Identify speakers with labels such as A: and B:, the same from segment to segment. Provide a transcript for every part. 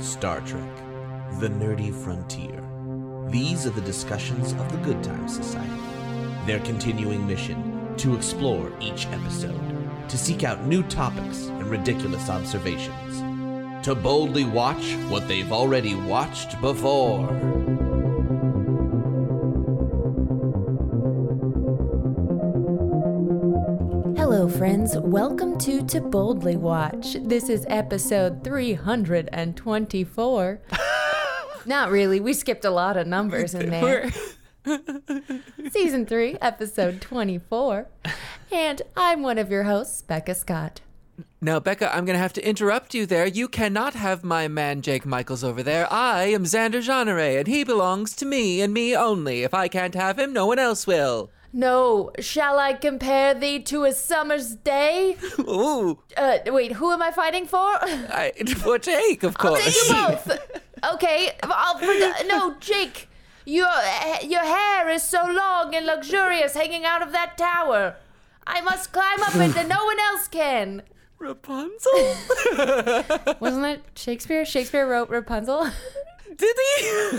A: Star Trek The Nerdy Frontier. These are the discussions of the Good Times Society. Their continuing mission to explore each episode, to seek out new topics and ridiculous observations, to boldly watch what they've already watched before.
B: Hello, friends. Welcome to To Boldly Watch. This is episode 324. Not really. We skipped a lot of numbers in there. Season 3, episode 24. And I'm one of your hosts, Becca Scott.
C: Now, Becca, I'm going to have to interrupt you there. You cannot have my man Jake Michaels over there. I am Xander Genre, and he belongs to me and me only. If I can't have him, no one else will.
B: No, shall I compare thee to a summer's day?
C: Ooh,
B: Uh, wait, who am I fighting for?
C: I, for Jake, of
B: I'll take
C: course.
B: you both. Okay, I'll put- no, Jake. Your your hair is so long and luxurious, hanging out of that tower. I must climb up it, and no one else can.
C: Rapunzel?
B: Wasn't it Shakespeare? Shakespeare wrote Rapunzel.
C: Did he?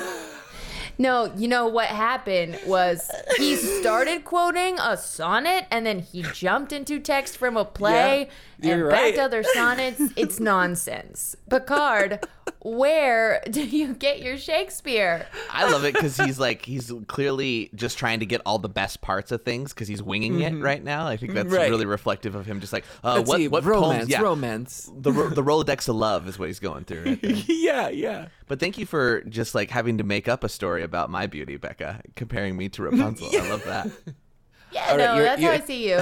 B: No, you know what happened was he started quoting a sonnet and then he jumped into text from a play
C: Yeah,
B: and
C: you're
B: back
C: right.
B: to other sonnets. It's nonsense. Picard, where do you get your Shakespeare?
A: I love it because he's like he's clearly just trying to get all the best parts of things because he's winging it right now. I think that's
C: Mm-hmm. Right.
A: really reflective of him. Just like uh,
C: Let's
A: what
C: see,
A: what
C: romance,
A: poems, yeah.
C: romance.
A: The ro- the Rolodex of love is what he's going through. Right there.
C: yeah, yeah.
A: but thank you for just like having to make up a story about my beauty, Becca, comparing me to Rapunzel. I love that.
B: Yeah,
C: All right,
B: no,
C: you're-
B: that's how I
C: you're-
B: see you.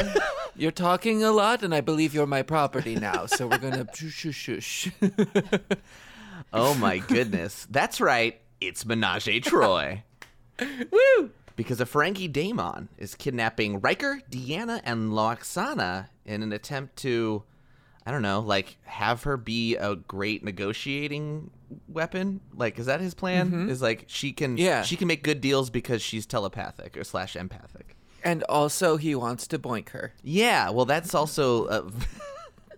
C: You're talking a lot, and I believe you're my property now, so we're going to shush, shush, shush.
A: Oh my goodness, that's right. It's Menage a Troy.
C: Woo!
A: because a Ferengi daemon is kidnapping Riker, Deanna, and Loxana in an attempt to, I don't know, like have her be a great negotiating weapon. Like, is that his plan? Is like she can,
C: Yeah.
A: she can make good deals because she's telepathic or slash empathic.
C: And also, he wants to boink her.
A: Yeah, well, that's also uh,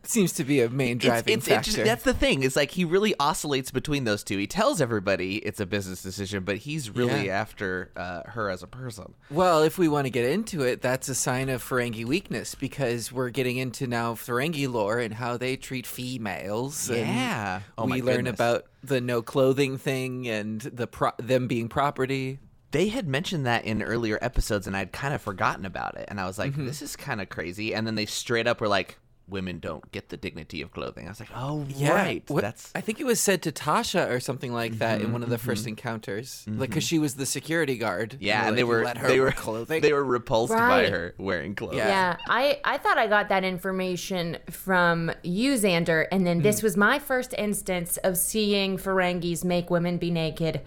C: Seems to be a main
A: it's,
C: driving
A: it's,
C: factor.
A: it's that's the thing. It's like he really oscillates between those two. He tells everybody it's a business decision, but he's really
C: Yeah.
A: after uh, her as a person.
C: Well, if we want to get into it, that's a sign of Ferengi weakness because we're getting into now Ferengi lore and how they treat females. and
A: Yeah. Oh my
C: we learn
A: goodness.
C: about the no clothing thing and the pro- them being property.
A: they had mentioned that in earlier episodes and I'd kind of forgotten about it. And I was like,
C: Mm-hmm.
A: this is kind of crazy. And then they straight up were like, women don't get the dignity of clothing. I was like, oh, right.
C: What-
A: That's. Mm-hmm.
C: I think it was said to Tasha or something like that in one of the first encounters, Like 'cause because she was the security guard.
A: Yeah, and
C: like,
A: they
C: "You
A: were
C: let her
A: they
C: wear
A: were
C: clothing.
A: they were repulsed by
B: Right.
A: her wearing clothes.
C: Yeah.
B: Yeah, I, I thought I got that information from you, Xander, and then
C: Mm.
B: this was my first instance of seeing Ferengis make women be naked.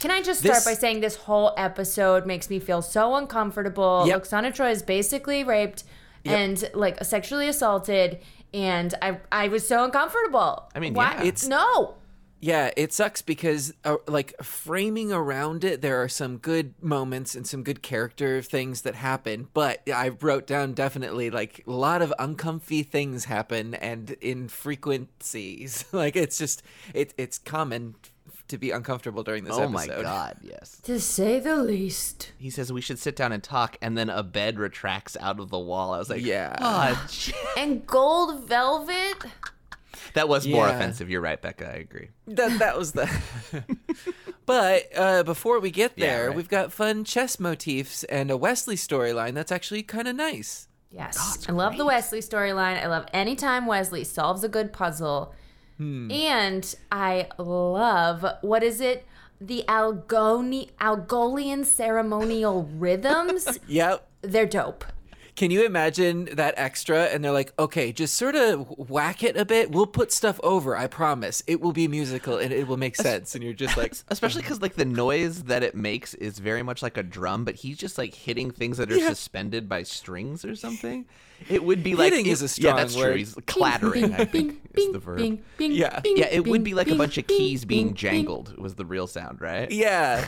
B: Can I just start
C: This-
B: by saying this whole episode makes me feel so uncomfortable?
C: Yep.
B: Oksana Troy is basically raped and like sexually assaulted, and I I was so uncomfortable. I
A: mean, yeah.
B: it's
C: It's-
B: no.
C: Yeah, it sucks because uh, like framing around it, there are some good moments and some good character things that happen. But I wrote down definitely like a lot of uncomfy things happen and in frequencies. like it's just it it's common to be uncomfortable during this
A: Oh my
C: episode.
A: god, yes.
B: To say the least.
A: He says we should sit down and talk, and then a bed retracts out of the wall. I was like,
C: Yeah.
A: "Aw, gee."
B: And gold velvet?
A: that was more
C: Yeah.
A: offensive. You're right, Becca. I agree.
C: That that was the. but uh, before we get
A: Yeah,
C: there,
A: right.
C: we've got fun chess motifs and a Wesley storyline that's actually kind of nice.
B: Yes. I love the Wesley storyline. I love anytime Wesley solves a good puzzle. And I love what is it? The Algoni Algolian ceremonial rhythms.
C: Yep.
B: They're dope.
C: Can you imagine that extra? And they're like, okay, just sort of whack it a bit. We'll put stuff over. I promise. It will be musical and it will make sense. And you're just like,
A: especially because like the noise that it makes is very much like a drum but he's just like hitting things that are suspended by strings or something it would be like
C: Hitting
A: it-
C: is a
A: yeah
C: strong
A: that's true
C: word.
A: he's clattering i think is the verb
C: Yeah.
A: yeah it would be like a bunch of keys being jangled was the real sound right
C: yeah.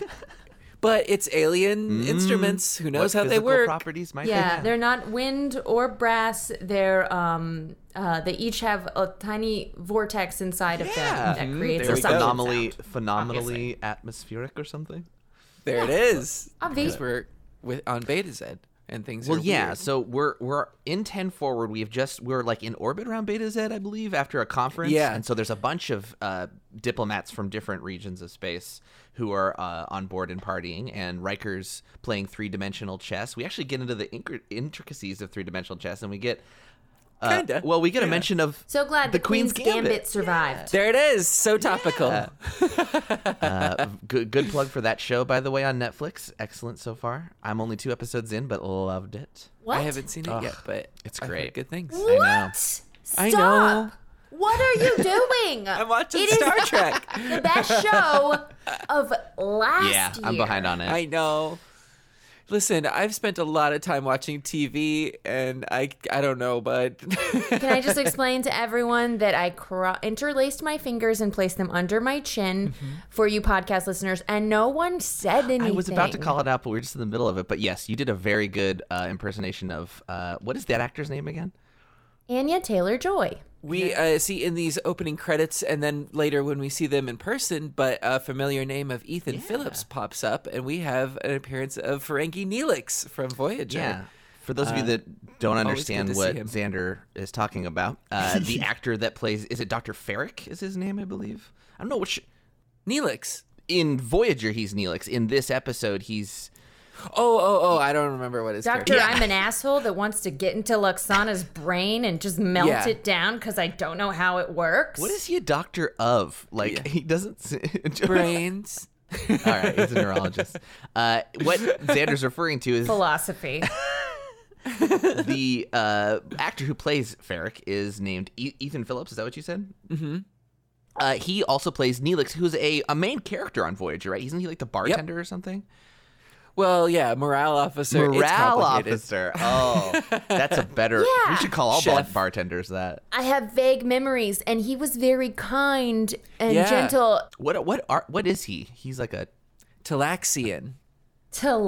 C: but it's alien instruments. Who knows
A: Mm. What
C: how they
A: physical
C: work?
A: Properties might
B: Yeah,
A: they have?
B: they're not wind or brass. They're um, uh, they each have a tiny vortex inside of
C: Yeah.
B: them
C: Mhm,
B: that creates
A: They're
B: a
C: we go.
B: sound.
A: phenomenally,
B: sound.
A: phenomenally atmospheric or something.
C: There it is.
B: Obvious.
C: Because we're with on Beta Z and things.
A: Well,
C: are
A: yeah.
C: weird.
A: So we're we're in ten forward. We've just we're like in orbit around Beta Z, I believe, after a conference.
C: Yeah.
A: And so there's a bunch of uh, diplomats from different regions of space who are uh, on board and partying. And Riker's playing three dimensional chess. We actually get into the inc- intricacies of three dimensional chess, and we get uh,
C: Kinda,
A: Well, we get a mention of
B: So glad the, Queen's, Gambit, survived.
C: There it is. So topical.
A: uh, good, good plug for that show, by the way, on Netflix. Excellent so far. I'm only two episodes in, but loved it.
B: What?
C: I haven't seen it yet, but
A: it's
C: I've heard
A: great.
C: Good things.
A: know.
B: What? Stop.
C: I know.
B: What are you doing?
C: I'm watching
B: It is
C: Star Trek.
B: the best show of last
A: Yeah,
B: year.
A: I'm behind on it.
C: I know. Listen, I've spent a lot of time watching TV, and I I don't know, but
B: Can I just explain to everyone that I cro- interlaced my fingers and placed them under my chin for you podcast listeners, and no one said anything.
A: Mm-hmm. I was about to call it out, but we are just in the middle of it. But yes, you did a very good uh, impersonation of uh, what is that actor's name again?
B: Anya Taylor Joy.
C: we uh, see in these opening credits, and then later when we see them in person. But a familiar name of Ethan Phillips pops up, and we have an appearance of Ferengi Neelix from Voyager.
A: For those of you that don't
C: Uh, always good
A: understand
C: to see
A: what
C: him.
A: Xander is talking about, uh, the actor that plays is it Dr. Ferrick is his name, I believe. I don't know which.
C: Neelix.
A: In Voyager, he's Neelix. In this episode, he's
C: Oh, oh, oh! I don't remember what his
B: Doctor,
C: character.
B: I'm an asshole that wants to get into Luxana's brain and just melt
C: Yeah.
B: it down because I don't know how it works.
A: what is he a doctor of? Like
C: Yeah.
A: he doesn't. s-
C: brains.
A: All right, he's a neurologist. Uh, what Xander's referring to is
B: philosophy?
A: the uh, actor who plays Ferrick is named e- Ethan Phillips. Is that what you said? Mm-hmm. Uh, he also plays Neelix, who's a, a main character on Voyager, right? Isn't he like the bartender or something?
C: Well, yeah, morale officer. it's
A: Morale
C: complicated.
A: officer. Oh, that's a better.
B: Yeah.
A: We should call all
C: Chef.
A: bar- bartenders that.
B: I have vague memories, and he was very kind and
C: Yeah.
B: gentle.
A: What what are what is he? He's like a
C: Talaxian.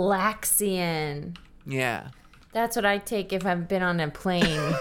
B: Talaxian.
C: Yeah.
B: That's what I take if I've been on a plane.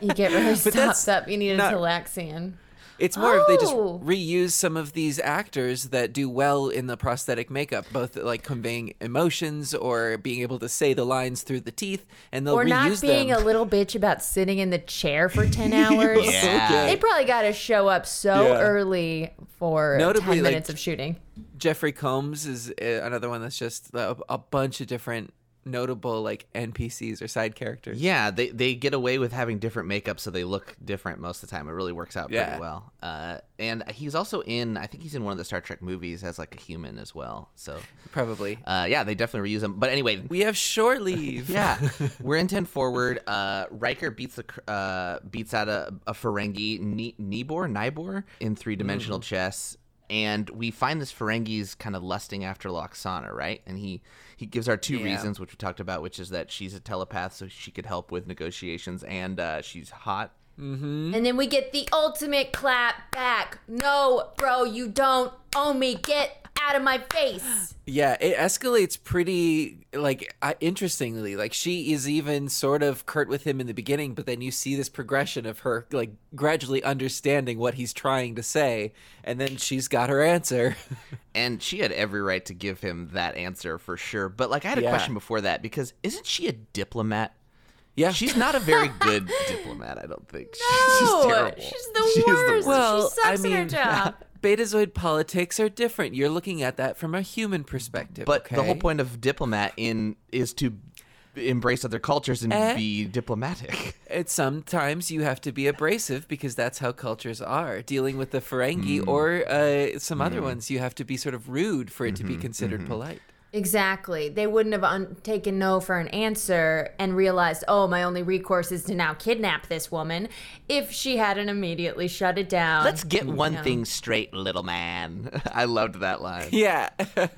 B: you get really
C: that's
B: stopped up. You need a
C: not-
B: Talaxian.
C: It's more if they just
B: Oh.
C: reuse some of these actors that do well in the prosthetic makeup, both like conveying emotions or being able to say the lines through the teeth, and they'll
B: Or
C: reuse
B: not being a
C: them.
B: little bitch about sitting in the chair for 10 hours.
A: Yeah.
B: They probably got to show up so
C: Yeah.
B: early for
C: Notably,
B: 10
C: like-
B: minutes of shooting.
C: Jeffrey Combs is uh, another one that's just a, a bunch of different notable like NPCs or side characters.
A: yeah. They they get away with having different makeup, so they look different most of the time. It really works out
C: Yeah.
A: pretty well. Uh, and he's also in. I think he's in one of the Star Trek movies as like a human as well. So
C: Probably.
A: Uh, yeah, they definitely reuse them. But anyway,
C: We have shore leave.
A: yeah, we're in ten forward. Uh, Riker beats the cr- uh, beats out a, a Ferengi Ni- Nibor Nibor in three dimensional
C: Mm.
A: chess, and we find this Ferengi's kind of lusting after Loxana, right? And he he gives our two
C: Yeah.
A: reasons, which we talked about, which is that she's a telepath, so she could help with negotiations, and uh, she's hot.
C: Hmm?
B: And then we get the ultimate clap back. No, bro, you don't own me. Get out of my face.
C: Yeah, it escalates pretty like uh, interestingly. Like she is even sort of curt with him in the beginning, but then you see this progression of her like gradually understanding what he's trying to say, and then she's got her answer.
A: And she had every right to give him that answer for sure. But like, I had a
C: Yeah.
A: question before that because isn't she a diplomat?
C: yeah,
A: She's not a very good diplomat, I don't think. She's
B: No,
A: just terrible.
B: she's the worst.
C: Well,
B: she sucks
C: I
B: at her
C: mean-
B: job.
C: Betazoid politics are different. You're looking at that from a human perspective.
A: But the whole
C: okay?
A: point of diplomat in is to embrace other cultures and
C: Eh?
A: be diplomatic.
C: It's sometimes you have to be abrasive because that's how cultures are. Dealing with the Ferengi or uh, some other ones, you have to be sort of rude for it to be considered polite.
B: Exactly. They wouldn't have un- taken no for an answer and realized, oh, my only recourse is to now kidnap this woman if she hadn't immediately shut it down.
A: Let's get one thing straight, little man. I loved that line.
C: Yeah.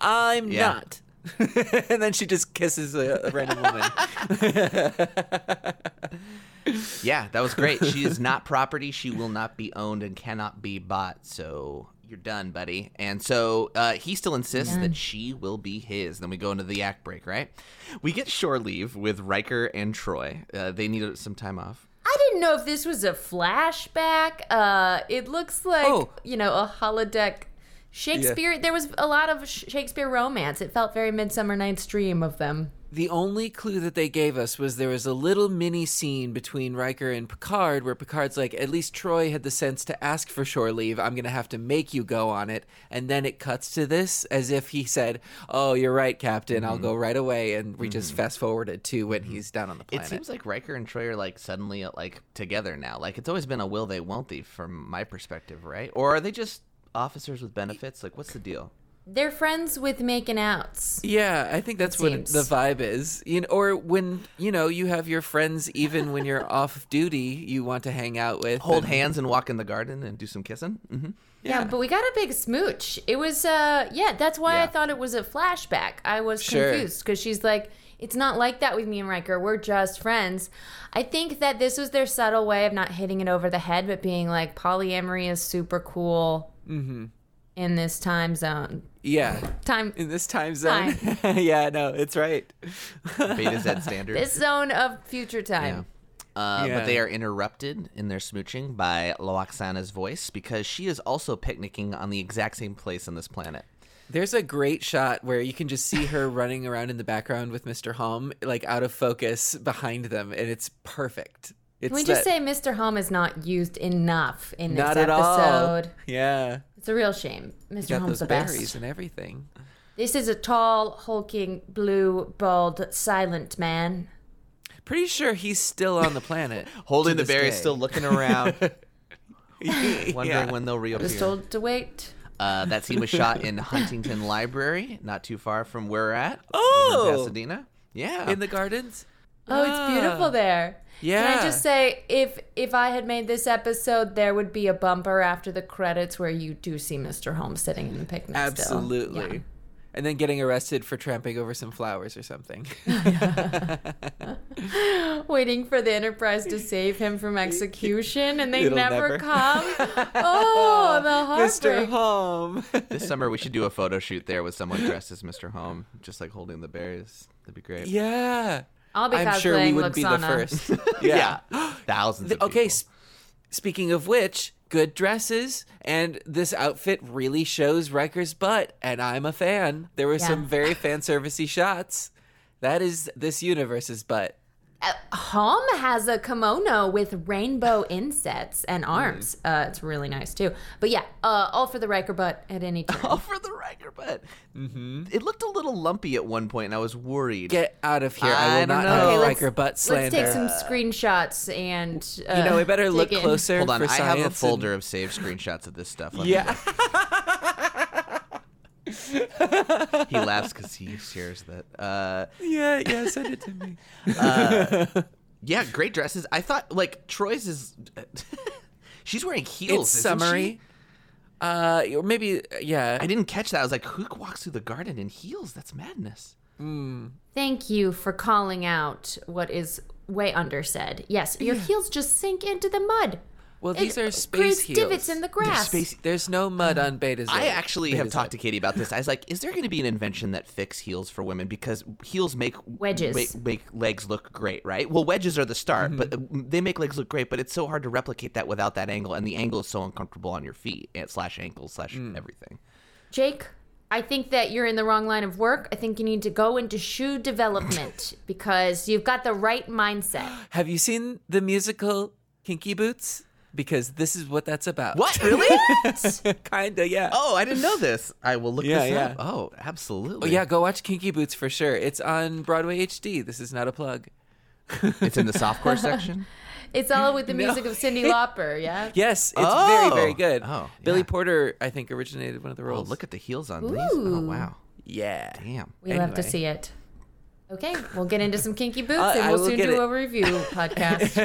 C: I'm
A: Yeah.
C: not. and then she just kisses a, a random woman.
A: Yeah, that was great. She is not property. She will not be owned and cannot be bought. So you're done, buddy. And so uh, he still insists that she will be his. Then we go into the act break, right? We get shore leave with Riker and Troy. Uh, they need some time off.
B: I didn't know if this was a flashback. Uh, it looks like
C: Oh.
B: you know a holodeck. Shakespeare. There was a lot of Sh- Shakespeare romance. It felt very Midsummer Night's Dream of them.
C: The only clue that they gave us was there was a little mini scene between Riker and Picard where Picard's like, at least Troy had the sense to ask for shore leave. I'm going to have to make you go on it. And then it cuts to this as if he said, Oh, you're right, Captain. I'll go right away. And we just fast forwarded to when he's down on the
A: It
C: planet.
A: seems like Riker and Troy are like suddenly like together now. Like it's always been a will they won't they from my perspective, right? Or are they just officers with benefits? Like what's the deal?
B: They're friends with making outs.
C: yeah, I think that's what
B: seems.
C: the vibe is. You know, or when, you know, you have your friends, even when you're off duty, you want to hang out with.
A: Hold
C: and-
A: hands and walk in the garden and do some kissing. Mm-hmm.
B: Yeah. but we got a big smooch. It was, uh, yeah, that's why I
A: Yeah.
B: thought it was a flashback. I was
C: Sure.
B: confused because she's like, it's not like that with me and Riker. We're just friends. I think that this was their subtle way of not hitting it over the head, but being like, polyamory is super cool in this time zone.
C: Yeah.
B: Time,
C: Mm-hmm. In this time zone. yeah, no, it's right.
A: Beta Z standard.
B: this zone of future
A: Yeah.
B: time.
A: Uh,
C: Yeah.
A: But they are interrupted in their smooching by Loaxana's voice because she is also picnicking on the exact same place on this planet.
C: There's a great shot where you can just see her running around in the background with Mr. Hum, like out of focus behind them, and it's perfect. It's
B: Can we just
C: that-
B: say Mr. Hum is not used enough in this
C: not at all?
B: episode?
C: Yeah,
B: It's a real shame. Mr.
C: got
B: Hum's
C: those
B: the
C: berries
B: best.
C: and everything.
B: This is a tall, hulking, blue, bald, silent man.
C: Pretty sure he's still on the planet,
A: Holding
C: to
A: the
C: this
A: berries,
C: day.
A: still looking around, wondering
C: Yeah.
A: when they'll reappear.
B: Just told to wait.
A: Uh, that scene was shot in Huntington Library, not too far from where we're at.
C: Oh!
A: in Pasadena. Yeah.
C: in the gardens.
B: Oh, it's beautiful there. Can I
C: Ah. yeah.
B: just say, if if I had made this episode, there would be a bumper after the credits where you do see Mr. Holmes sitting in the picnic. still.
C: Absolutely.
B: Yeah.
C: And then getting arrested for tramping over some flowers or something.
B: Waiting for the Enterprise to save him from execution, and they
C: It'll
B: never,
C: never.
B: come. Oh, the
C: Mr.
B: heartbreak.
C: Hum.
A: this summer, we should do a photo shoot there with someone dressed as Mr. Home, just like holding the berries. That'd be great.
C: yeah.
B: I'll be
C: I'm sure we
B: cosplaying
C: wouldn't be the
B: Luxana.
C: first.
A: Yeah. Thousands of
C: okay,
A: people.
C: sp- speaking of which, good dresses, and this outfit really shows Riker's butt, and I'm a fan. There were
B: Yeah.
C: some very fan servicey shots. That is this universe's butt.
B: Hom has a kimono with rainbow insets and arms. Uh,
C: Mm.
B: it's really nice too. But yeah, uh, all for the Riker butt at any
C: Oh,
B: time.
A: All for the Riker butt. It looked a little lumpy at one point, and I was worried.
C: Get out of here! I,
A: I
C: will
A: don't
C: not
A: know.
C: have
A: Okay, let's-
C: Riker butt
B: Let's
C: slander.
B: take some screenshots and uh,
C: you know, we better
B: dig
C: look
B: in.
C: closer.
A: Hold on,
C: for
A: I have a
C: science
A: folder
C: and-
A: of saved screenshots of this stuff. Let me
C: Yeah,
A: look. he laughs because he shares that. Uh,
C: yeah, yeah. Send it to me.
A: yeah, great dresses. I thought like Troy's is. she's wearing heels.
C: It's
A: isn't she?
C: summary. Uh, or maybe yeah.
A: I didn't catch that. I was like, who walks through the garden in heels? That's madness.
B: Thank you for calling out what is way undersaid. Yes, your heels just sink into the mud.
C: Well, these
B: It
C: are space
B: creates
C: heels.
B: divots in the grass.
A: space-
C: There's no mud on Beta Z.
A: Uh-huh. I actually
C: Beta
A: have
C: Z.
A: talked to Katie about this. I was like, is there going to be an invention that fix heels for women because heels make
B: Wedges.
A: make, make legs look great, right? Well, wedges are the start,
C: Mm-hmm.
A: but uh, they make legs look great. But it's so hard to replicate that without that angle, and the angle is so uncomfortable on your feet and slash ankles slash
C: Mm.
A: everything.
B: Jake, I think that you're in the wrong line of work. I think you need to go into shoe development because you've got the right mindset.
C: Have you seen the musical Kinky Boots? Because this is what that's about.
A: What really?
C: Kinda, yeah. Oh.
A: oh, I didn't know this. I will look
C: Yeah,
A: this
C: yeah.
A: up. Oh, absolutely.
C: yeah, go watch Kinky Boots for sure. It's on Broadway HD. This is not a plug.
A: it's in the softcore section.
B: It's all with the music of Cindy Lauper, yeah?
C: Yes, it's
A: Oh.
C: very, very good.
A: Oh,
C: Billy
A: yeah.
C: Porter, I think, originated one of the
A: Oh,
C: roles.
A: look at the heels on these. Oh
B: Ooh.
A: wow,
C: yeah.
A: damn.
B: We love to
C: Anyway.
B: see it. Okay, we'll get into some kinky boots
C: I-
B: and
C: I
B: we'll
C: will
B: soon
C: get
B: do
C: it.
B: a review podcast.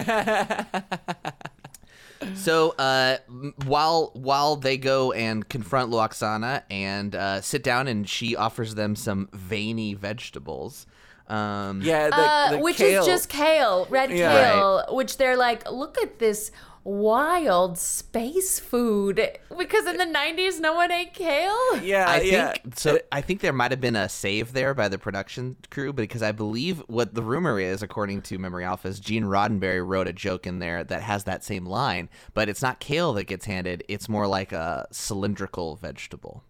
A: So uh, m- while while they go and confront Luoxana and uh, sit down, and she offers them some veiny vegetables. Um,
C: Yeah, the,
B: Uh,
C: the
B: which
C: kale.
B: is just kale, red
C: Yeah.
B: kale, which they're like, look at this wild space food because in the 90s no one ate kale.
C: Yeah,
A: I
C: yeah.
A: think so. I think there might have been a save there by the production crew because I believe what the rumor is, according to Memory Alpha, is Gene Roddenberry wrote a joke in there that has that same line, but it's not kale that gets handed. It's more like a cylindrical vegetable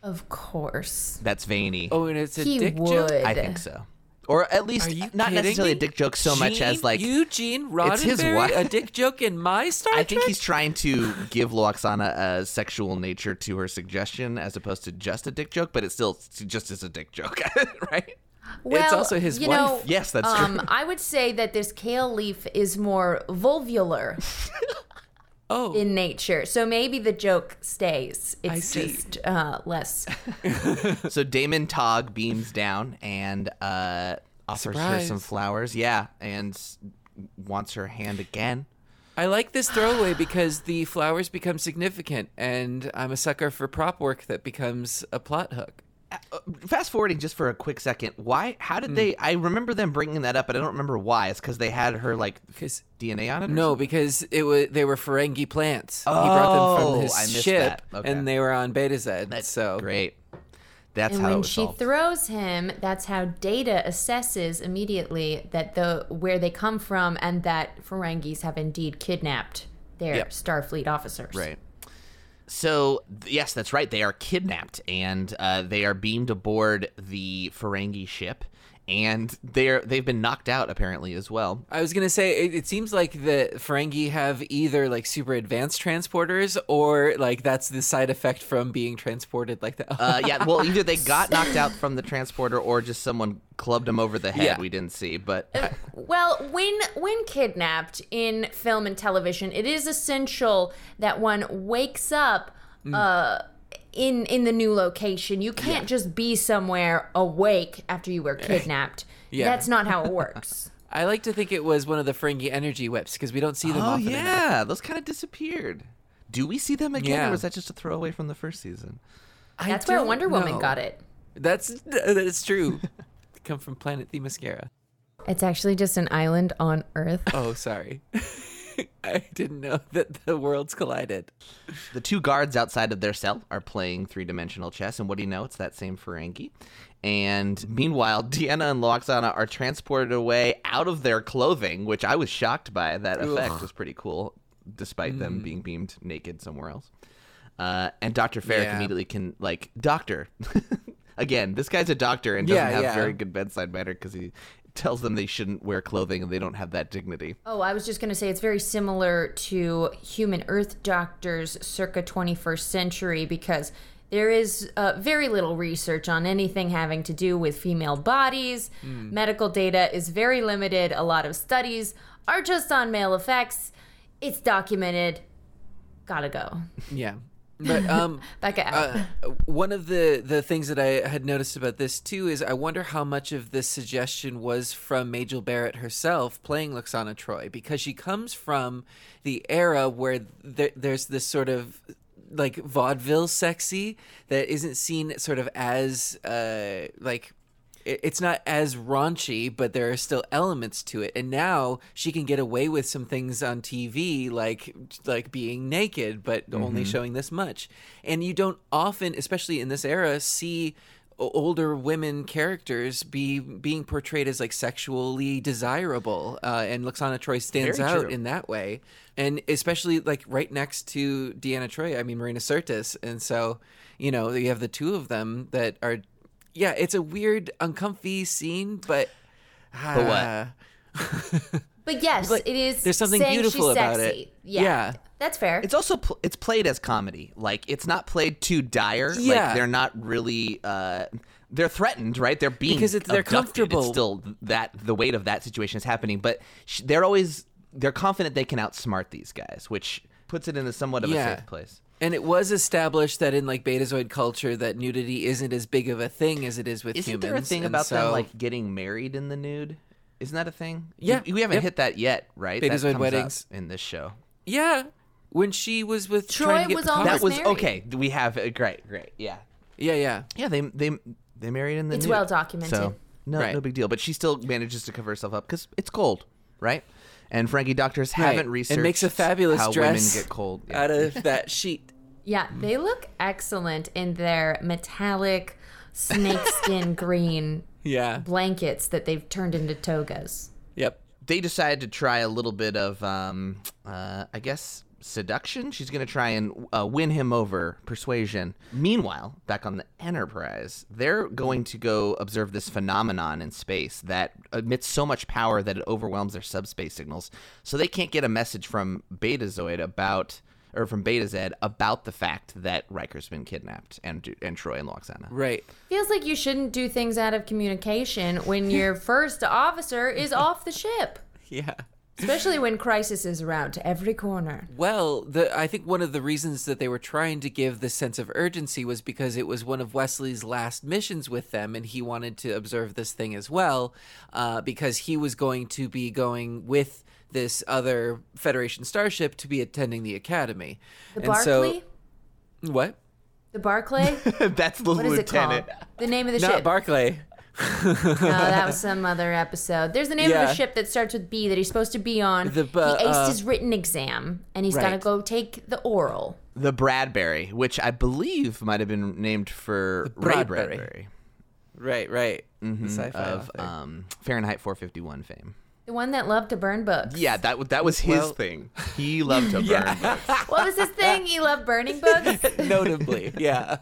B: Of course.
A: that's veiny.
C: Oh, and it's a
B: He
C: dick
B: would.
C: joke.
A: I think so, or at least
C: Are you
A: not
C: kidding
A: necessarily
C: me?
A: a dick joke so much as
C: Gene-
A: like
C: Eugene Roddenberry,
A: It's his wife.
C: a dick joke in my Star
A: I think
C: Trek?
A: he's trying to give Loaxana a sexual nature to her suggestion as opposed to just a dick joke, but it still just is a dick joke, right?
B: Well,
C: also his
B: you
C: wife.
B: know,
A: Yes, that's
B: um,
A: true.
B: I would say that this kale leaf is more vulvular
C: Oh,
B: in nature, so maybe the joke stays. It's
C: I see.
B: just uh, less.
A: So Damon Tog beams down and uh, offers her some
C: Surprise.
A: flowers. Yeah, and s- wants her hand again.
C: I like this throwaway because the flowers become significant, and I'm a sucker for prop work that becomes a plot hook.
A: Uh, Fast forwarding just for a quick second, why? How did they? I remember them bringing that up, but I don't remember why. It's because they had her like
C: Because
A: DNA on it. or
C: no, because it was they were Ferengi plants. he brought them
A: Oh,
C: from his
A: I missed
C: ship,
A: that. Okay.
C: and they were on Beta Z. so
A: Great. That's
B: And
A: how it
B: when
A: was
B: she
A: solved.
B: throws him, that's how Data assesses immediately that the where they come from and that Ferengis have indeed kidnapped their
A: Yep.
B: Starfleet officers.
A: Right. So th- yes, that's right. They are kidnapped and uh, they are beamed aboard the Ferengi ship, and they're they've been knocked out apparently as well.
C: I was gonna say it, it seems like the Ferengi have either like super advanced transporters or like that's the side effect from being transported like that.
A: Uh, yeah, well, either they got knocked out from the transporter or just someone clubbed them over the head.
C: Yeah.
A: We didn't see, but
B: Well, when when kidnapped in film and television, it is essential that one wakes up uh, in in the new location. You can't just be somewhere awake after you were kidnapped.
C: Yeah.
B: That's not how it works.
C: I like to think it was one of the Ferengi energy whips because we don't see them
A: oh
C: often. enough.
A: yeah, those kind of disappeared. Do we see them again,
C: Yeah.
A: or was that just a throwaway from the first season?
C: I
B: That's where
C: don't
B: Wonder Woman
C: know.
B: got it.
C: That's that's true. Come from planet the mascara.
B: It's actually just an island on Earth.
C: Oh, sorry. I didn't know that the worlds collided.
A: The two guards outside of their cell are playing three dimensional chess, and what do you know? It's that same Ferengi. And meanwhile, Deanna and Loxana are transported away out of their clothing, which I was shocked by. That effect was pretty cool, despite
C: Mm.
A: them being beamed naked somewhere else. Uh, and Dr. Ferrick
C: Yeah.
A: immediately can, like, doctor. Again, this guy's a doctor and doesn't
C: Yeah,
A: have
C: yeah.
A: very good bedside manner because he tells them they shouldn't wear clothing and they don't have that dignity.
B: Oh, I was just going to say it's very similar to human earth doctors circa 21st century because there is uh, very little research on anything having to do with female bodies.
C: Hmm.
B: Medical data is very limited. A lot of studies are just on male effects. It's documented. Gotta go.
C: Yeah. But um
B: Becca out.
C: uh, one of the the things that I had noticed about this too is I wonder how much of this suggestion was from Majel Barrett herself playing Luxana Troy because she comes from the era where th- there's this sort of like vaudeville sexy that isn't seen sort of as uh like it- it's not as raunchy, but there are still elements to it. And now she can get away with some things on TV, like like being naked, but
A: Mm-hmm.
C: only showing this much. And you don't often, especially in this era, see o- older women characters be being portrayed as like sexually desirable. Uh, and Luxana Troy stands
A: Very
C: out
A: true.
C: in that way, and especially like right next to Deanna Troy. I mean Marina Sirtis, and so you know you have the two of them that are yeah, it's a weird, uncomfy scene, but
A: what?
C: Ah.
B: but yes,
C: like,
B: it is.
C: there's something
B: saying
C: beautiful
B: she's
C: about
B: sexy.
C: it.
B: Yeah,
C: Yeah.
B: that's fair.
A: It's also pl- it's played as comedy. Like it's not played too dire. Like
C: Yeah.
A: they're not really uh they're threatened, right? They're being
C: Because it's- they're
A: abducted. It's
C: comfortable.
A: still that the weight of that situation is happening, but sh- they're always they're confident they can outsmart these guys, which puts it in a somewhat of
C: Yeah.
A: a safe place.
C: and it was established that in like Betazoid culture that nudity isn't as big of a thing as it is with
A: Isn't
C: humans.
A: there a thing
C: and
A: about
C: so-
A: them like getting married in the nude? Isn't that a thing?
C: Yeah.
A: we, we haven't
C: Yep.
A: hit that yet, right? That
C: Betazoid
A: comes up
C: weddings.
A: in this show.
C: yeah, when she was with
B: Troy
C: trying to get
B: was
C: the
B: almost
C: car-
A: That was
B: married.
A: okay. We have uh, great, great, yeah.
C: yeah, yeah.
A: Yeah, they they they married in the.
B: It's
A: nude.
B: well documented.
A: So no
C: Right.
A: no big deal. But she still manages to cover herself up because it's cold, right? And Frankie doctors
C: Right.
A: haven't researched
C: It makes a fabulous
A: how
C: dress
A: women get cold. Yeah.
C: out of that sheet.
B: Yeah,
C: Hmm.
B: they look excellent in their metallic snakeskin green
C: Yeah.
B: blankets that they've turned into togas.
C: Yep.
A: they decide to try a little bit of, um, uh, I guess, seduction. She's going to try and uh, win him over, persuasion. Meanwhile, back on the Enterprise, they're going to go observe this phenomenon in space that emits so much power that it overwhelms their subspace signals. So they can't get a message from Betazoid about. Or from Beta Z about the fact that Riker's been kidnapped and and Troy and Loxana.
C: Right.
B: Feels like you shouldn't do things out of communication when your first officer is off the ship,
C: Yeah.
B: especially when crisis is around to every corner.
C: Well, the, I think one of the reasons that they were trying to give this sense of urgency was because it was one of Wesley's last missions with them, and he wanted to observe this thing as well, uh, because he was going to be going with this other Federation starship to be attending the academy.
B: The
C: And so-
B: Barclay?
C: what?
B: the Barclay?
A: That's the
B: What is it called?
A: lieutenant.
B: The name of the
C: Not
B: ship.
C: Barclay.
B: no, that was some other episode. There's the name of
C: Yeah.
B: a ship that starts with B that he's supposed to be on.
C: The
B: The,
C: bu-
B: he aced
C: uh,
B: his written exam and he's got to
C: Right.
B: go take the oral.
A: the Bradbury, which I believe might have been named for Ray
C: Bradbury.
A: Bradbury
C: Right, right. The sci-fi
A: of
C: author.
A: um, Fahrenheit 451 fame.
B: The one that loved to burn books.
A: Yeah, that w- that was his
C: Well-
A: thing. He loved to burn books.
B: What was his thing? He loved burning books?
C: notably yeah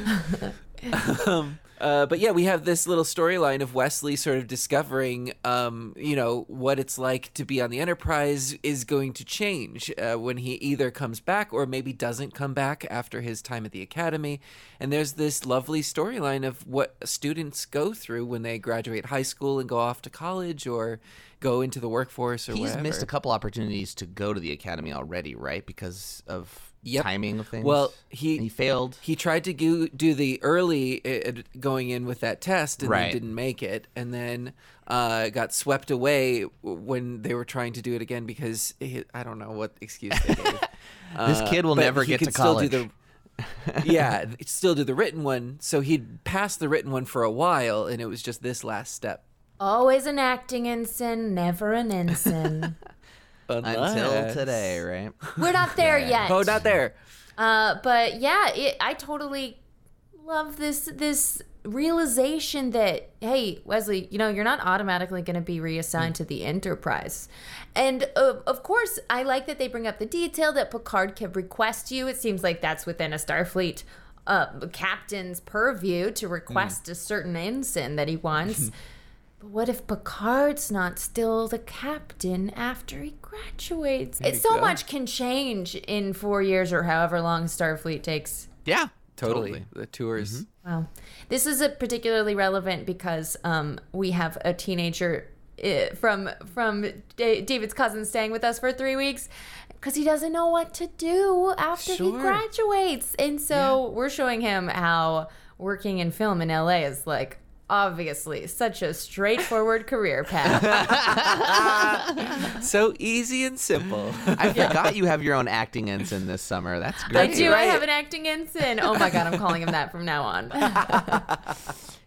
C: um, uh, but yeah we have this little storyline of wesley sort of discovering um, you know what it's like to be on the enterprise is going to change uh, when he either comes back or maybe doesn't come back after his time at the academy and there's this lovely storyline of what students go through when they graduate high school and go off to college or go into the workforce or
A: He's
C: whatever.
A: missed a couple opportunities to go to the academy already, right? Because of
C: Yep.
A: timing of things.
C: Well, he
A: And he failed.
C: He tried to go, do the early uh, uh, going in with that test and
A: Right.
C: then didn't make it, and then uh, got swept away w- when they were trying to do it again because he, I don't know what excuse they gave.
A: This
C: Uh,
A: kid will
C: but
A: never
C: he
A: get
C: could
A: to
C: still do
A: college.
C: the- yeah, th- still do the written one. So he'd passed the written one for a while, and it was just this last step.
B: Always an acting ensign, never an ensign.
A: until
C: Unless-
A: today, right?
B: We're not there yet.
C: Oh, not there.
B: Uh, but yeah, it, I totally love this this realization that hey, Wesley, you know you're not automatically going to be reassigned to the Enterprise, and uh, of course I like that they bring up the detail that Picard can request you. It seems like that's within a Starfleet. Uh, captain's purview to request a certain ensign that he wants. But what if Picard's not still the captain after he graduates? It's so
C: go.
B: much can change in four years or however long Starfleet takes.
A: Yeah,
C: Totally, the tours.
B: Wow. This is a particularly relevant because um, we have a teenager uh, from from da- David's cousin staying with us for three weeks because he doesn't know what to do after he
C: Sure.
B: graduates, and so we're showing him how working in film in LA is like obviously such a straightforward career path.
A: Mm-hmm.
C: So easy and simple.
A: I forgot you have your own acting ensign this summer. That's
B: I
A: great.
B: do. I
C: right.
B: have an acting ensign. Oh my god, I'm calling him that from now on.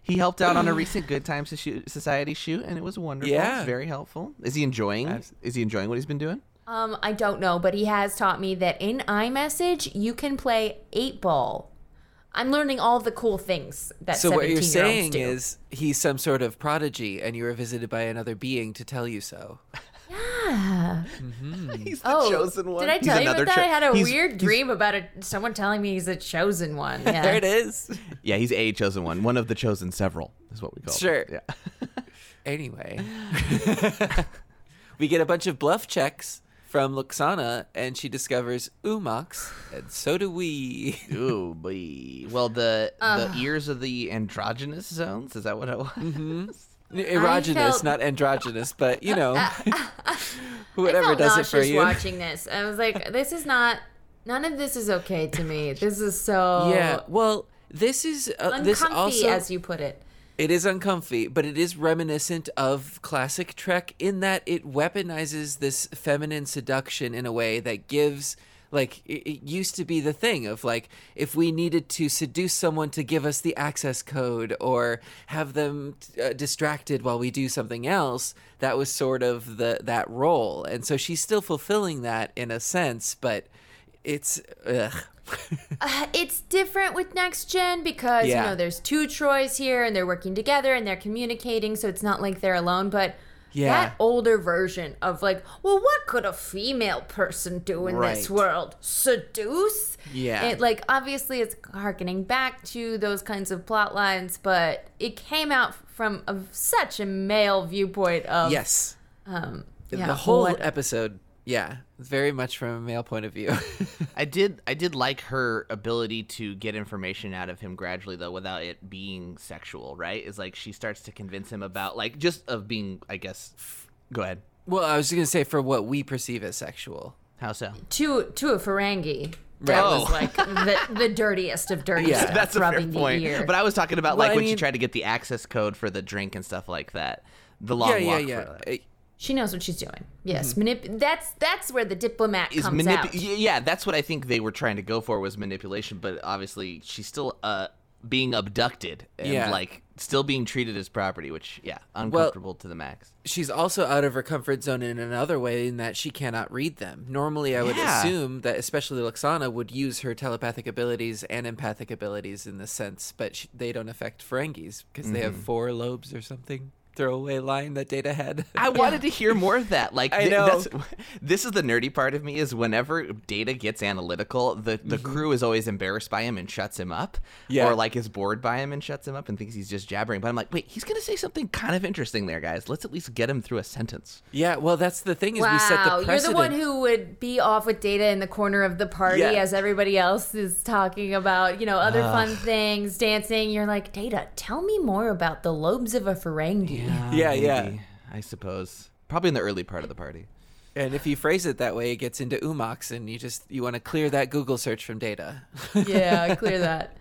A: He helped out on a recent Good Times Soci- Society shoot, and it was wonderful.
C: Yeah.
A: It's very helpful. Is he enjoying? Is he enjoying what he's been doing?
B: Um, I don't know, but he has taught me that in iMessage you can play eight ball. I'm learning all the cool things that
C: So
B: 17
C: what you're
B: year olds
C: saying
B: do.
C: is he's some sort of prodigy, and you were visited by another being to tell you so.
A: He's the
B: oh, did I tell you about that? I had a weird dream about a, someone telling me he's a chosen one. Yeah.
C: There it is.
A: Yeah, he's a chosen one. One of the chosen several is what we call. it.
C: Sure.
A: Yeah.
C: Anyway, we get a bunch of bluff checks from Luxana, and she discovers Umox, and so do we.
A: Ooh, boy. Well, the
B: Uh.
A: the ears of the androgynous zones. Is that what it was?
B: Mm-hmm.
C: Erogenous,
B: felt-
C: not androgynous, but you know,
B: I
C: whatever
B: felt
C: does it
B: nauseous
C: for you.
B: watching this. I was like, this is not. None of this is okay to me. This is so
C: Yeah. Well, this is uh, this
B: uncomfy,
C: also
B: as you put it.
C: It is uncomfy, but it is reminiscent of classic Trek in that it weaponizes this feminine seduction in a way that gives Like it, it used to be the thing of like if we needed to seduce someone to give us the access code or have them uh, distracted while we do something else, that was sort of the that role. And so she's still fulfilling that in a sense, but it's ugh.
B: Uh, it's different with next gen because
C: Yeah.
B: you know there's two Troys here and they're working together and they're communicating, so it's not like they're alone. But
C: Yeah.
B: that older version of like, well, what could a female person do in this
C: Right.
B: world? Seduce?
C: Yeah.
B: It like obviously it's harkening back to those kinds of plot lines, but it came out from a, such a male viewpoint of
C: yes.
B: um, yeah,
C: the whole
B: what-
C: episode, yeah, very much from a male point of view.
A: I did I did like her ability to get information out of him gradually though without it being sexual, right? Is like she starts to convince him about like just of being I guess f- go ahead.
C: well, I was just gonna say for what we perceive as sexual.
A: How so?
B: to to a Ferengi. That
A: Right.
B: was
A: Oh.
B: like the, the dirtiest of dirty
C: Yeah.
B: stuff.
A: That's a fair
B: rubbing the
A: point.
B: ear.
A: But I was talking about
C: Well,
A: like
C: I
A: when she
C: mean-
A: tried to get the access code for the drink and stuff like that. The long
C: yeah, yeah,
A: walk
C: yeah.
A: for-
C: Uh,
B: She knows what she's doing. Yes, manip- that's that's where the diplomat
A: Mm-hmm. is
B: comes
A: manip-
B: out.
A: y- yeah that's what i think they were trying to go for was manipulation but obviously she's still uh being abducted and
C: Yeah.
A: like still being treated as property which yeah uncomfortable to the max
C: she's also out of her comfort zone in another way in that she cannot read them. Normally, I would
A: Yeah.
C: assume that especially Luxana would use her telepathic abilities and empathic abilities in this sense, but sh they don't affect Ferengis because they have four lobes or something. Throwaway line that Data had.
A: I wanted to hear more of that. Like,
C: I
A: thi-
C: know.
A: That's, this is the nerdy part of me is whenever Data gets analytical, the, the crew is always embarrassed by him and shuts him up,
C: Mm-hmm. Yeah.
A: or like is bored by him and shuts him up and thinks he's just jabbering. But I'm like, wait, he's gonna say something kind of interesting there, guys. Let's at least get him through a sentence.
C: yeah, well, that's the thing is we set
B: wow,
C: the
B: you're
C: precedent.
B: the one who would be off with data in the corner of the party
C: Yeah.
B: as everybody else is talking about, you know, other fun things, dancing. You're like, Data, tell me more about the lobes of a Ferengi.
C: Yeah, yeah.
A: Uh, maybe, I suppose probably in the early part of the party.
C: And if you phrase it that way, it gets into umox, and you just you want to clear that Google search from data.
B: yeah, clear that.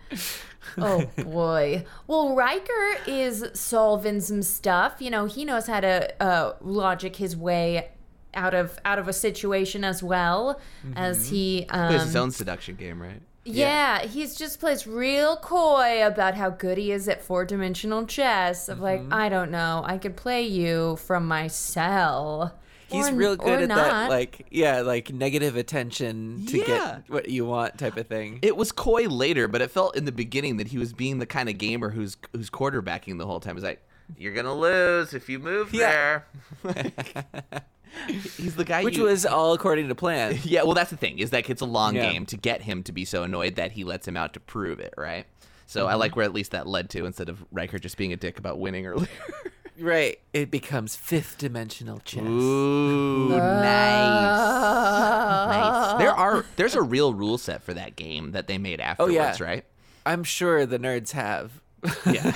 B: Oh boy. Well, Riker is solving some stuff. You know, he knows how to uh, logic his way out of out of a situation as well as he. Um,
A: Plays his own seduction game, right?
B: yeah, he's just plays real coy about how good he is at four dimensional chess. Of like, I don't know, I could play you from my cell.
C: He's
B: Or-
C: real
B: or
C: good at
B: not.
C: that, like yeah, like negative attention to
A: Yeah.
C: get what you want type of thing.
A: It was coy later, but it felt in the beginning that he was being the kind of gamer who's who's quarterbacking the whole time. He's like, "You're gonna lose if you move
C: Yeah.
A: there." He's the guy.
C: Which
A: you-
C: was all according to plan.
A: yeah. Well, that's the thing is that it's a long
C: Yeah.
A: game to get him to be so annoyed that he lets him out to prove it, right? So
C: Mm-hmm.
A: I like where at least that led to instead of Riker just being a dick about winning earlier.
C: right. It becomes fifth dimensional chess.
A: Ooh, nice.
B: Uh,
A: Nice. There are there's a real rule set for that game that they made afterwards,
C: Oh, yeah.
A: right?
C: I'm sure the nerds have.
A: Yeah.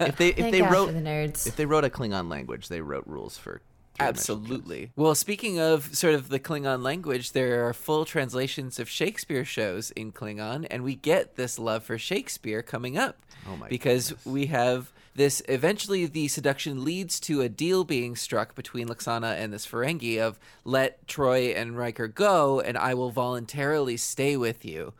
A: if they if
B: Thank
A: they
B: God
A: wrote
B: for the nerds.
A: If they wrote a Klingon language, they wrote rules for
C: Absolutely. Well, speaking of sort of the Klingon language, there are full translations of Shakespeare shows in Klingon, and we get this love for Shakespeare coming up.
A: Oh my
C: because we have this eventually the seduction leads to a deal being struck between Laxana and this Ferengi of let Troy and Riker go and I will voluntarily stay with you.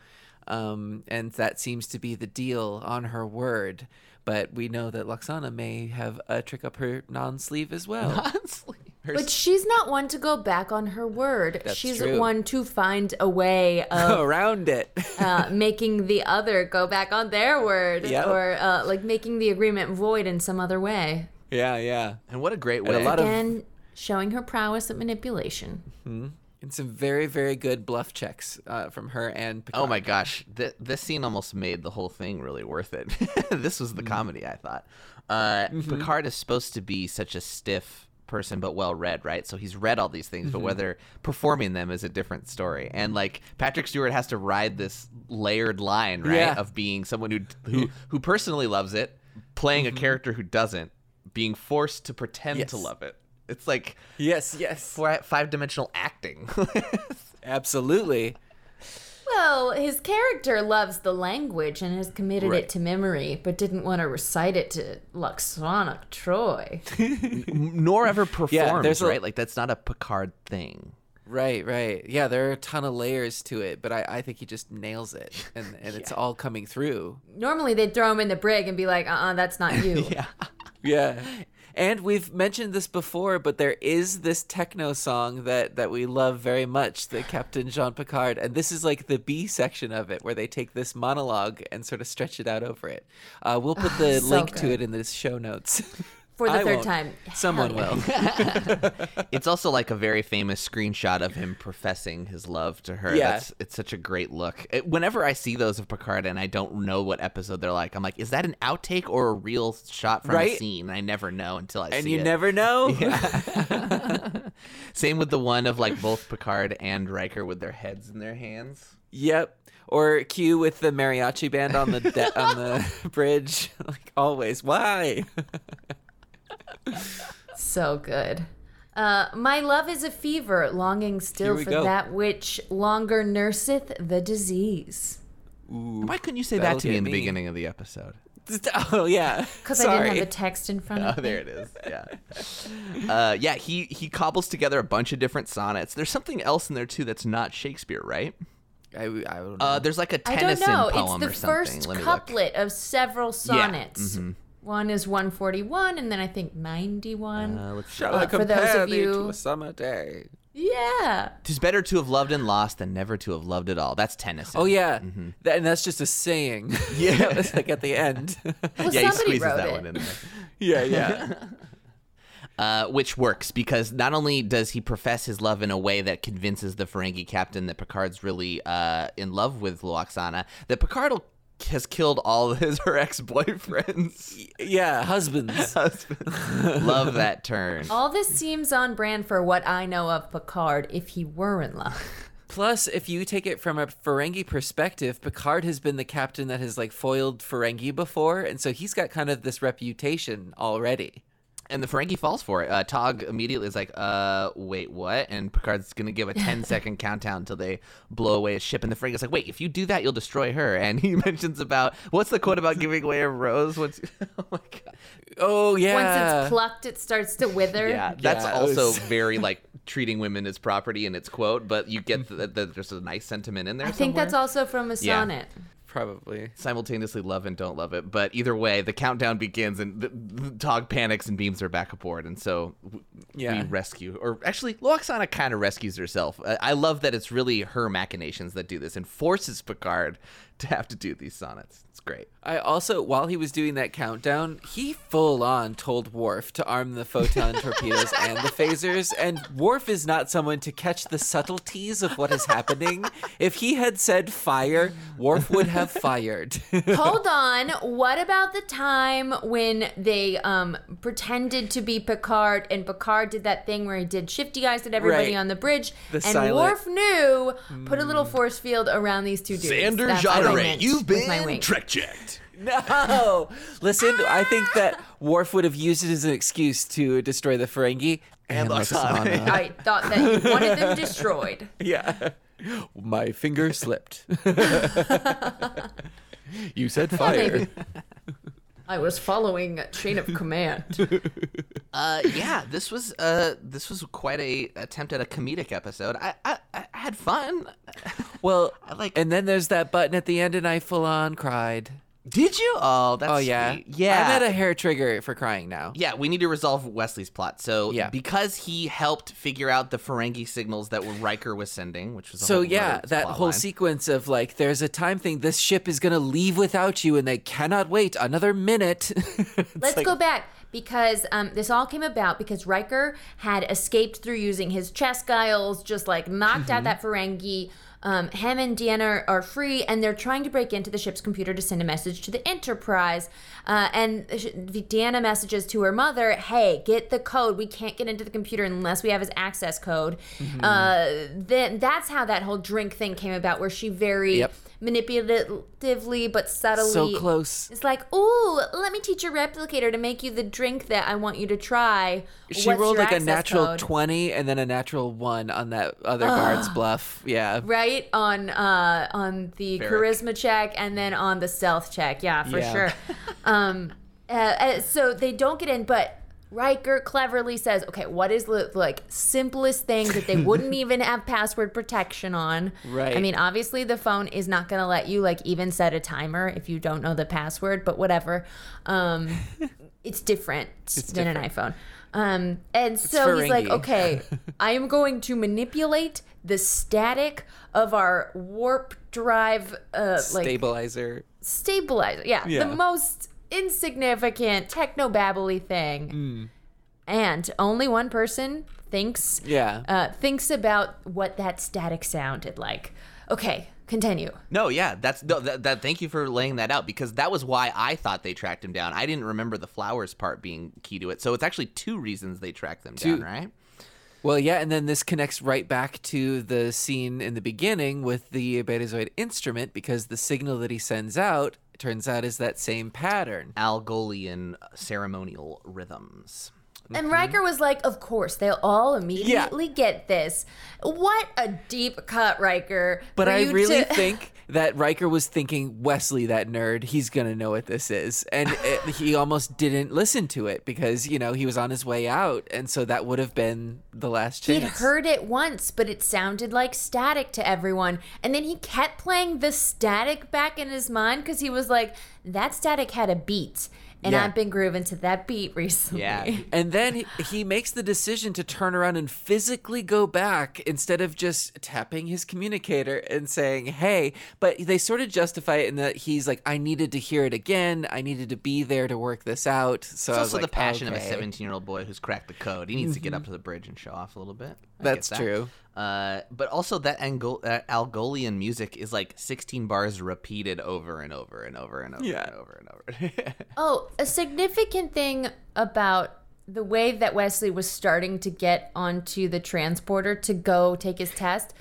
C: Um, and that seems to be the deal on her word. But we know that Laxana may have a trick up her non sleeve as well.
A: Honestly, her
B: But she's not one to go back on her word.
C: That's
B: she's
C: true.
B: one to find a way of
C: around it.
B: uh, making the other go back on their word
C: Yep.
B: or uh, like making the agreement void in some other way.
C: yeah, yeah.
A: and what a great
C: a
A: way.
C: lot Out of-
B: Again, showing her prowess at manipulation.
C: And some very, very good bluff checks uh, from her and Picard.
A: oh my gosh, th- this scene almost made the whole thing really worth it. this was the
C: Mm-hmm.
A: comedy I thought. Uh, Picard is supposed to be such a stiff person but well read right so he's read all these things
C: Mm-hmm.
A: but whether performing them is a different story and like patrick stewart has to ride this layered line right
C: Yeah.
A: of being someone who who who personally loves it playing a character who doesn't being forced to pretend
C: Mm-hmm. Yes.
A: to love it it's like
C: Oh, Yes, yes.
A: five dimensional acting.
C: Absolutely.
B: Well, his character loves the language and has committed it to memory, but didn't want to recite it to Luxana Troy.
A: Nor ever performs,
C: there's a-
A: right? Like that's not a Picard thing.
C: Right, right. Yeah, there are a ton of layers to it, but I, I think he just nails it and, and it's all coming through.
B: Normally they'd throw him in the brig and be like, uh uh that's not you.
A: Yeah.
C: Yeah. And we've mentioned this before, but there is this techno song that, that we love very much, the Captain Jean Picard. And this is like the B section of it, where they take this monologue and sort of stretch it out over it. Uh, we'll put the
B: so
C: link to
B: good.
C: it in the show notes.
B: For the
C: I
B: 3rd
C: won't.
B: time.
C: Someone
B: Hell yeah.
C: will.
A: It's also like a very famous screenshot of him professing his love to her.
C: Yeah.
A: That's, it's such a great look. It- whenever I see those of Picard and I don't know what episode they're like, I'm like, is that an outtake or a real shot from a
C: Right?
A: scene? I never know until I
C: And
A: see
C: you
A: it.
C: never know.
A: Same with the one of like both Picard and Riker with their heads in their hands.
C: Yep. Or Q with the mariachi band on the de- on the bridge, like always. Why?
B: So good. Uh, my love is a fever, longing
C: Here
B: still
C: we
B: for
C: go.
B: that which longer nurseth the disease.
A: Why couldn't you say
C: That'll
A: that to me
C: get
A: in the
C: me.
A: beginning of the episode?
C: Oh yeah.
B: Because I didn't
C: Sorry.
B: have the text in front
A: Oh,
B: of me.
A: there it is. Yeah. Uh, yeah, he, he cobbles together a bunch of different sonnets. There's something else in there too that's not Shakespeare, right?
C: I, I don't know.
A: Uh, there's like a
B: I don't
A: Tennyson
B: know.
A: poem
B: It's
A: or
B: the
A: something.
B: first
A: Let me look. mm-hmm.
B: couplet of several sonnets. One is 141, and then I think 91.
A: Uh, let's see.
C: Shall
B: uh,
C: I
B: for those
C: compare
B: of
C: thee
B: you-
C: to a summer day?
B: yeah.
A: Tis better to have loved and lost than never to have loved at all. That's Tennyson.
C: Oh yeah, That- and that's just a saying. Yeah, it's like at the end.
B: Well,
A: yeah, he
B: somebody
A: squeezes
B: wrote
A: that
B: it.
A: one in there.
C: yeah, yeah.
A: Uh, which works because not only does he profess his love in a way that convinces the Ferengi captain that Picard's really uh, in love with Luoxana, that Picard will- has killed all his her ex boyfriends.
C: yeah, husbands.
A: love that turn.
B: All this seems on brand for what I know of Picard if he were in love.
C: Plus, if you take it from a Ferengi perspective, Picard has been the captain that has like foiled Ferengi before, and so he's got kind of this reputation already.
A: And the Ferengi falls for it. Uh, Tog immediately is like, uh, wait, what? And Picard's going to give a 10 second countdown until they blow away his ship. And the Ferengi's like, wait, if you do that, you'll destroy her. And he mentions about, what's the quote about giving away a rose? What's, oh my God.
C: Oh yeah.
B: Once it's plucked, it starts to wither.
A: Yeah, that's
C: Yeah, it was-
A: also very like treating women as property in its quote, but you get that that there's a nice sentiment in there.
B: I think that's also from a sonnet.
C: Probably.
A: Simultaneously love and don't love it, but either way, the countdown begins and the, the Tog panics and beams her back aboard, and so w-
C: Yeah.
A: we rescue, or actually, Loxana kind of rescues herself. I, I love that it's really her machinations that do this and forces Picard to have to do these sonnets. It's great.
C: I also, while he was doing that countdown, he full on told Worf to arm the photon torpedoes and the phasers. And Worf is not someone to catch the subtleties of what is happening. If he had said fire, Worf would have fired.
B: Hold on. What about the time when they um, pretended to be Picard and Picard did that thing where he did shifty eyes at everybody
C: Right.
B: on the bridge?
C: The
B: and
C: silent-
B: Worf knew, put a little force field around these two dudes. That's what I meant with my wink.
A: checked.
C: no! Listen, I think that Worf would have used it as an excuse to destroy the Ferengi. And, Lexana.
B: I thought that you wanted them destroyed.
C: Yeah. My finger slipped. you said fire.
B: Maybe. I was following a chain of command.
A: Uh, yeah, this was uh, this was quite a attempt at a comedic episode. I I, I had fun.
C: Well,
A: I like-
C: and then there's that button at the end, and I full on cried.
A: Did you? Oh, that's
C: Oh yeah,
A: sweet. yeah.
C: I'm at a hair trigger for crying now.
A: Yeah, we need to resolve Wesley's plot. So
C: Yeah.
A: because he helped figure out the Ferengi signals that were Riker was sending, which was a
C: So
A: whole
C: yeah,
A: other
C: that
A: plot
C: whole
A: line.
C: sequence of like, there's a time thing. This ship is gonna leave without you, and they cannot wait another minute.
B: Let's go back because um, this all came about because Riker had escaped through using his chest guiles, just like knocked
C: Mm-hmm.
B: out that Ferengi. Um, him and Deanna are, are free, and they're trying to break into the ship's computer to send a message to the Enterprise. Uh, and sh- Deanna messages to her mother, "Hey, get the code. We can't get into the computer unless we have his access code."
C: Mm-hmm.
B: Uh, then that's how that whole drink thing came about, where she very
C: Yep.
B: manipulatively but subtly
C: so close.
B: it's like, ooh, let me teach your replicator to make you the drink that I want you to try.
C: She
B: What's
C: rolled
B: your
C: like a
B: access
C: natural
B: code?
C: twenty and then a natural one on that other guard's bluff. Yeah,
B: right on uh, on the
A: Barrack.
B: charisma check and then on the stealth check. Yeah, for
C: Yeah.
B: sure. um, uh, uh, so they don't get in, but Riker cleverly says, okay, what is the like simplest thing that they wouldn't even have password protection on?
C: Right.
B: I mean, obviously the phone is not going to let you like even set a timer if you don't know the password, but whatever. Um, it's different than an iPhone. Um, and so he's like,
C: Ferengi.
B: okay, I am going to manipulate the static of our warp drive, uh, like
C: Stabilizer.
B: stabilizer. Yeah,
C: Yeah.
B: the most insignificant technobabbly thing.
C: Mm.
B: And only one person thinks
C: Yeah.
B: uh, thinks about what that static sounded like. Okay, continue.
A: No, yeah, that's no, that, that. Thank you for laying that out because that was why I thought they tracked him down. I didn't remember the flowers part being key to it. So it's actually two reasons they tracked them down,
C: Two.
A: right?
C: Well, yeah, and then this connects right back to the scene in the beginning with the Betazoid instrument because the signal that he sends out turns out is that same pattern.
A: Algolian ceremonial rhythms.
B: And Riker was like, "Of course, they'll all immediately get this." What a deep cut, Riker.
C: But
B: for
C: I
B: you
C: really
B: to-
C: think that Riker was thinking, Wesley, that nerd, he's going to know what this is. And it, he almost didn't listen to it because, you know, he was on his way out. And so that would have been the last
B: He'd
C: chance.
B: heard it once, but it sounded like static to everyone. And then he kept playing the static back in his mind because he was like, that static had a beat. And
C: Yeah.
B: I've been grooving to that beat recently.
C: And then he, he makes the decision to turn around and physically go back instead of just tapping his communicator and saying, hey. But they sort of justify it in that he's like, I needed to hear it again. I needed to be there to work this out. So
A: It's
C: I was
A: also
C: like,
A: the passion of a
C: okay. Mm-hmm.
A: 17 year old boy who's cracked the code. He needs to get up to the bridge and show off a little bit. I get
C: That's true.
A: Uh, but also, that Angol- uh, Algolian music is like 16 bars repeated over and over and over and over
C: Yeah.
A: and over and over.
B: Oh, a significant thing about the way that Wesley was starting to get onto the transporter to go take his test,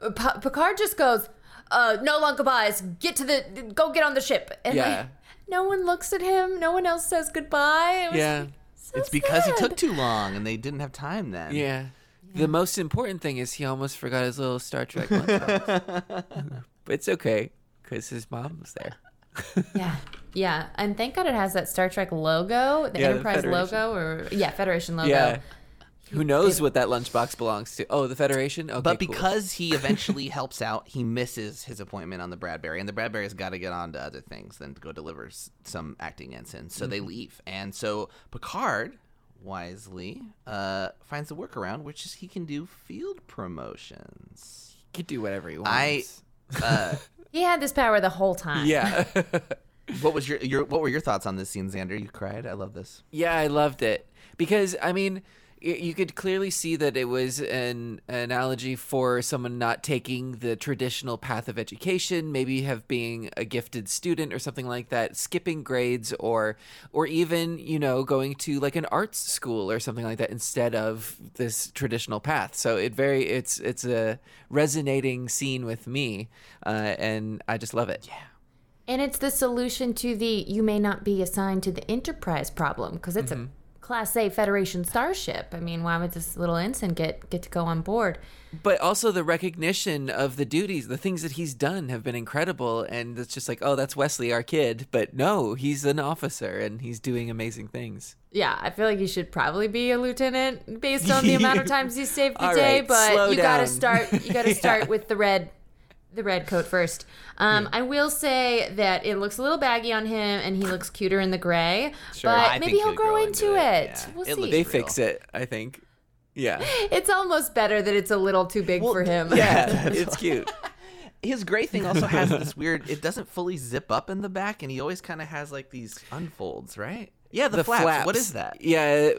B: uh, Pa- Picard just goes, uh, "No long goodbyes. Get to the go. Get on the ship." And like,
C: Yeah.
B: no one looks at him. No one else says goodbye. It was
C: Yeah.
B: so
A: it's because
B: sad.
A: he took too long and they didn't have time then.
C: Yeah. The most important thing is he almost forgot his little Star Trek lunchbox. but it's okay because his mom was there.
B: Yeah. Yeah. And thank God it has that Star Trek logo, the
C: Yeah, the
B: Enterprise
C: Federation.
B: logo, or yeah, Federation logo.
C: Yeah. Who knows what that lunchbox belongs to? Oh, the Federation? Okay.
A: But
C: cool.
A: because he eventually helps out, he misses his appointment on the Bradbury, and the Bradbury's got to get on to other things than to go deliver s- some acting ensigns. So they leave, and so Picard wisely uh, finds a workaround, which is he can do field promotions.
C: he could do whatever he wants.
A: I- Uh,
B: He had this power the whole time.
C: Yeah.
A: what was your, your what were your thoughts on this scene, Xander? You cried. I love this.
C: Yeah, I loved it because I mean, y- you could clearly see that it was an analogy for someone not taking the traditional path of education, maybe have being a gifted student or something like that, skipping grades or or even, you know, going to like an arts school or something like that instead of this traditional path. So it very it's it's a resonating scene with me uh, and I just love it. Yeah.
B: And it's the solution to the you may not be assigned to the Enterprise problem because it's
A: Mm-hmm.
B: a Class A Federation starship. I mean, why would this little ensign get get to go on board?
C: but also the recognition of the duties the things that he's done have been incredible and it's just like oh that's wesley our kid but no he's an officer and he's doing amazing things
B: Yeah, I feel like he should probably be a lieutenant based on the amount of times he saved the
C: All
B: day.
C: right, slow
B: but you gotta
C: down.
B: start. You gotta start with the red, the red coat first. Um, I will say that it looks a little baggy on him, and he looks cuter in the gray. But
A: I
B: maybe
A: think
B: he'll
A: he'd
B: grow,
A: grow
B: into,
A: into
B: it.
A: it, yeah.
B: We'll
A: It
B: see.
A: looks
C: they
A: real.
C: fix it i think yeah
B: It's almost better that it's a little too big for him.
C: yeah it's cute
A: His gray thing also has this weird. It doesn't fully zip up in the back, and he always kind of has like these unfolds, right? Yeah, the, flaps. What is that?
C: yeah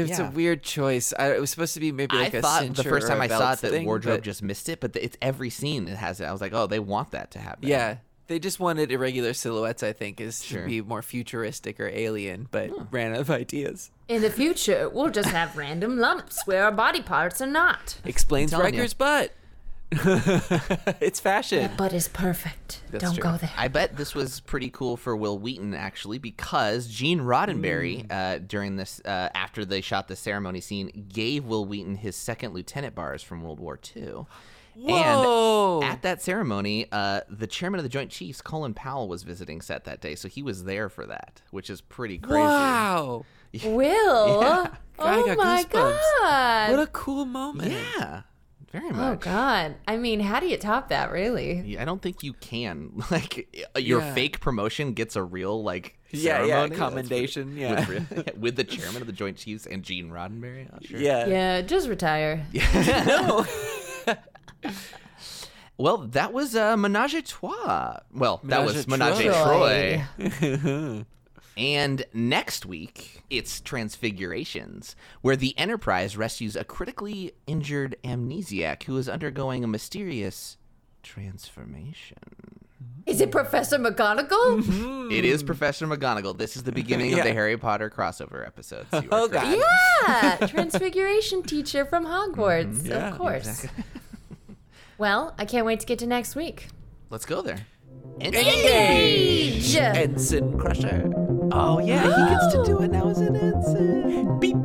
C: it's
A: Yeah.
C: a weird choice I, it was supposed to be maybe like
A: I
C: a
A: thought
C: cincher
A: the first
C: or a
A: time I saw it
C: belt
A: that
C: thing,
A: wardrobe
C: but-
A: just missed it, but the, it's every scene it has it. I was like, oh, they want that to happen.
C: yeah they just wanted irregular silhouettes i think is
A: Sure.
C: to be more futuristic or alien but ran out of ideas
B: In the future, we'll just have random lumps where our body parts are not.
C: explains
A: telling you.
C: Riker's butt it's fashion.
B: But is perfect.
C: That's
B: Don't
C: true.
B: go there.
A: I bet this was pretty cool for Will Wheaton actually, because Gene
C: Mm.
A: Roddenberry, uh, during this, uh, after they shot the ceremony scene, gave Will Wheaton his second lieutenant bars from World War II.
C: Whoa.
A: And at that ceremony, uh, the chairman of the Joint Chiefs, Colin Powell, was visiting set that day, so he was there for that, which is pretty crazy.
C: Wow.
B: Will.
C: I
B: Oh
C: got
B: my
C: goosebumps.
B: god.
C: What a cool moment.
A: Yeah, very
B: oh
A: much.
B: god. I mean, how do you top that, really?
A: Yeah, I don't think you can. Like y- your
C: Yeah.
A: fake promotion gets a real like
C: Yeah, yeah,
A: ceremony. That's
C: commendation,
A: pretty-
C: yeah.
A: with, re- with the chairman of the Joint Chiefs and Gene Roddenberry. Oh, sure.
C: Yeah.
B: Yeah, just retire.
A: Well, that was uh, Menage a Trois. Well, that
C: Menage
A: was
C: a
A: Menage a
B: Troy.
A: Troy. And next week, it's Transfigurations, where the Enterprise rescues a critically injured amnesiac who is undergoing a mysterious transformation.
B: Is it Professor McGonagall?
C: Mm-hmm.
A: It is Professor McGonagall. This is the beginning of
C: Hmm. Yeah.
A: the Harry Potter crossover episodes. You are
C: Oh,
A: correct.
C: God.
B: yeah, Transfiguration teacher from
C: Mm-hmm.
B: Hogwarts, of course. well, I can't wait to get to next week.
A: Let's go there.
B: Engage!
C: Ensign Crusher.
A: Oh yeah, he gets to do it now as an ensign.
C: Beep.